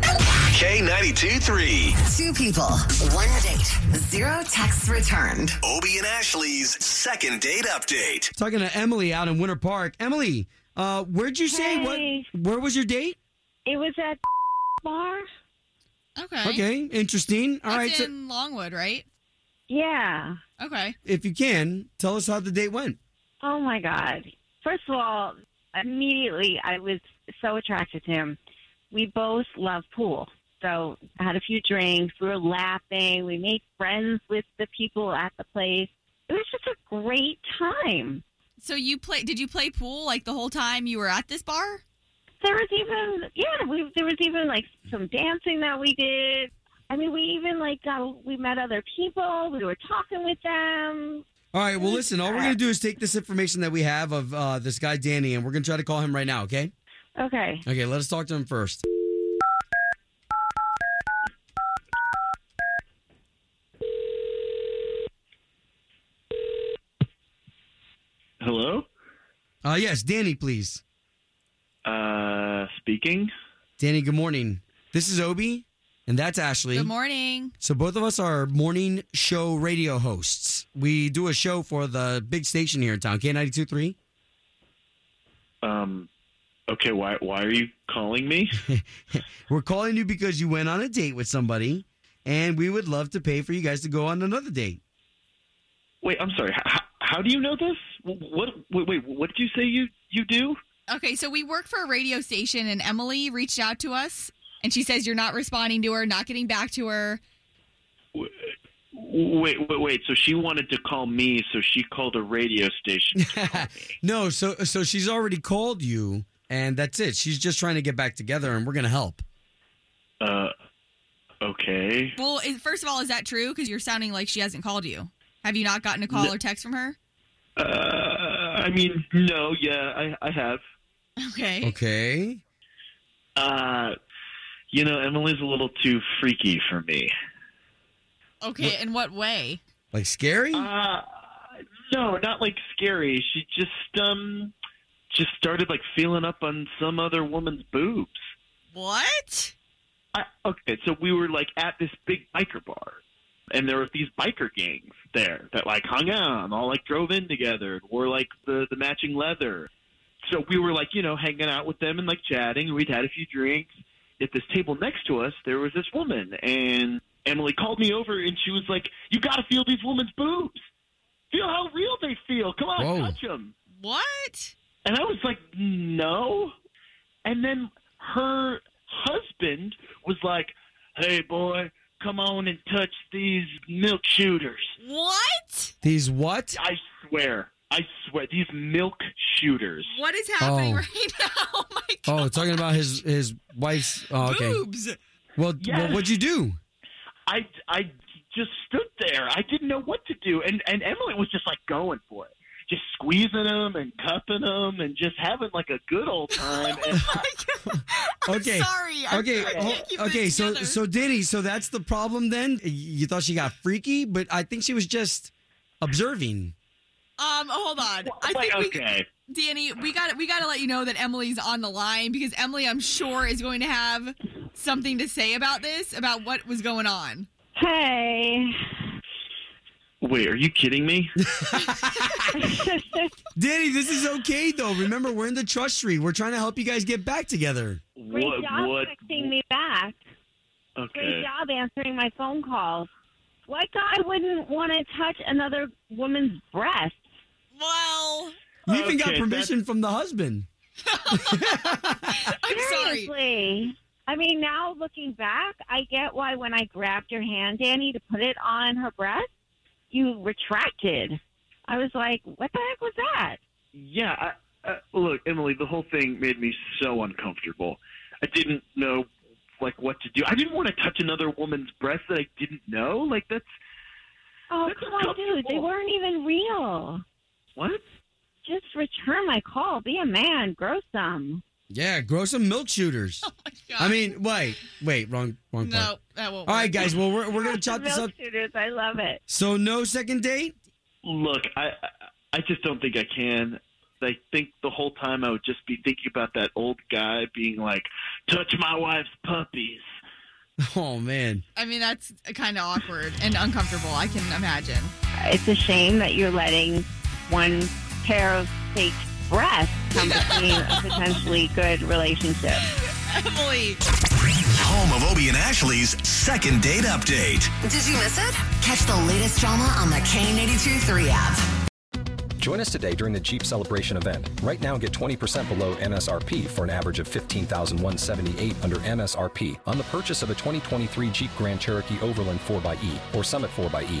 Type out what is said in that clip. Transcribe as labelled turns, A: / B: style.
A: K92 3.
B: Two people, one date, zero texts returned.
A: Obie and Ashley's second date update.
C: Talking to Emily out in Winter Park. Emily, uh, where'd you say
D: Hey.
C: what? Where was your date?
D: It was at bar.
E: Okay.
C: Okay, interesting. All
E: That's
C: right, so
E: in Longwood, right?
D: Yeah.
E: Okay.
C: if you can, tell us how the date went.
D: Oh my God. First of all, immediately I was so attracted to him. We both love pool. So I had a few drinks. We were laughing. We made friends with the people at the place. It was just a great time.
E: So you play? Did you play pool like the whole time you were at this bar?
D: There was even, yeah, we, there was even like some dancing that we did. I mean, we even like got, we met other people. We were talking with them.
C: All right, well, listen, all we're going to do is take this information that we have of uh, this guy, Danny, and we're going to try to call him right now, okay?
D: Okay.
C: Okay, let us talk to him first.
F: Hello?
C: Uh, yes, Danny, please.
F: Uh, speaking?
C: Danny, good morning. This is Obi, and that's Ashley.
E: Good morning.
C: So both of us are morning show radio hosts. We do a show for the big station here in town, K92.3.
F: Um, okay, why, why are you calling me?
C: We're calling you because you went on a date with somebody, and we would love to pay for you guys to go on another date.
F: Wait, I'm sorry. How, how do you know this? What, wait, wait, what did you say you, you do?
E: Okay, so we work for a radio station, and Emily reached out to us, and she says you're not responding to her, not getting back to her.
F: Wait, wait, wait. So she wanted to call me, so she called a radio station. to call me.
C: No, so so she's already called you, and that's it. She's just trying to get back together, and we're gonna help.
F: uh, okay.
E: Well, is, first of all, is that true? Because you're sounding like she hasn't called you. Have you not gotten a call
F: No.
E: or text from her?
F: Uh, I mean, no, yeah, I, I have.
E: Okay.
C: Okay.
F: Uh, you know, Emily's a little too freaky for me.
E: Okay. In what way?
C: Like scary?
F: Uh, no, not like scary. She just um just started like feeling up on some other woman's boobs.
E: What?
F: I, okay, so we were like at this big biker bar, and there were these biker gangs there that like hung out and all like drove in together and wore like the the matching leather. So we were like you know hanging out with them and like chatting. and We'd had a few drinks. At this table next to us, there was this woman, and Emily called me over and she was like, "You got to feel these women's boobs. Feel how real they feel. Come on,
C: Whoa.
F: touch 'em." touch them."
E: What?
F: And I was like, no. And then her husband was like, hey, boy, come on and touch these milk shooters.
E: What?
C: These what?
F: I swear. I swear. These milk shooters.
E: What is happening
C: Oh.
E: right now? Oh my god.
C: Oh, talking about his his wife's. Oh, okay.
E: Boobs.
C: Well,
F: Yes.
C: well, what'd you do?
F: I, I just stood there. I didn't know what to do. And, and Emily was just like going for it. Just squeezing them and cupping them and just having like a good old time. And
E: I'm
C: Okay.
E: Sorry. I-
C: okay,
E: I
C: oh,
E: can't keep this
C: okay. So,
E: together.
C: so Danny, so that's the problem. Then you thought she got freaky, but I think she was just observing.
E: um, hold on. I
F: like,
E: think we,
F: okay.
E: Danny, we got we got to let you know that Emily's on the line because Emily, I'm sure, is going to have something to say about this, about what was going on.
D: Hey.
F: Wait, are you kidding me?
C: Danny, this is okay though. Remember, we're in the trust tree. We're trying to help you guys get back together.
D: Great
F: what?
D: job
F: what?
D: texting me back. Great
F: Okay.
D: job answering my phone calls. What guy wouldn't want to touch another woman's breast?
E: Well,
C: You even got
F: Okay,
C: permission from the husband.
E: I'm sorry.
D: Seriously. I mean, now looking back, I get why when I grabbed your hand, Danny, to put it on her breast, you retracted. I was like, what the heck was that?
F: Yeah, I, uh, look, Emily, the whole thing made me so uncomfortable. I didn't know like what to do. I didn't want to touch another woman's breast that I didn't know. Like that's
D: Oh,
F: That's
D: come on,
F: tough
D: dude. They
F: call.
D: weren't even real.
F: what?
D: Just return my call. Be a man. Grow some.
G: Yeah, grow some milk shooters. I mean, wait, wait, wrong, wrong
E: no,
G: part.
E: that won't.
G: All right,
E: work.
G: guys. Well, we're we're gonna chop this
D: Milk
G: up.
D: shooters. I love it.
G: So no second date.
F: Look, I I- I just don't think I can. I think the whole time I would just be thinking about that old guy being like, "Touch my wife's puppies."
G: Oh man.
E: I mean, that's kind of awkward and uncomfortable. I can imagine.
D: It's a shame that you're letting one pair of fake breasts come between a potentially good relationship.
E: Emily,
A: Home of Obie and Ashley's second date update.
B: Did you miss it? Catch the latest drama on the K82 3 app.
C: Join us today during the Jeep Celebration event. Right now, get 20% below MSRP for an average of 15178 under MSRP on the purchase of a 2023 Jeep Grand Cherokee Overland 4xE or Summit 4xE.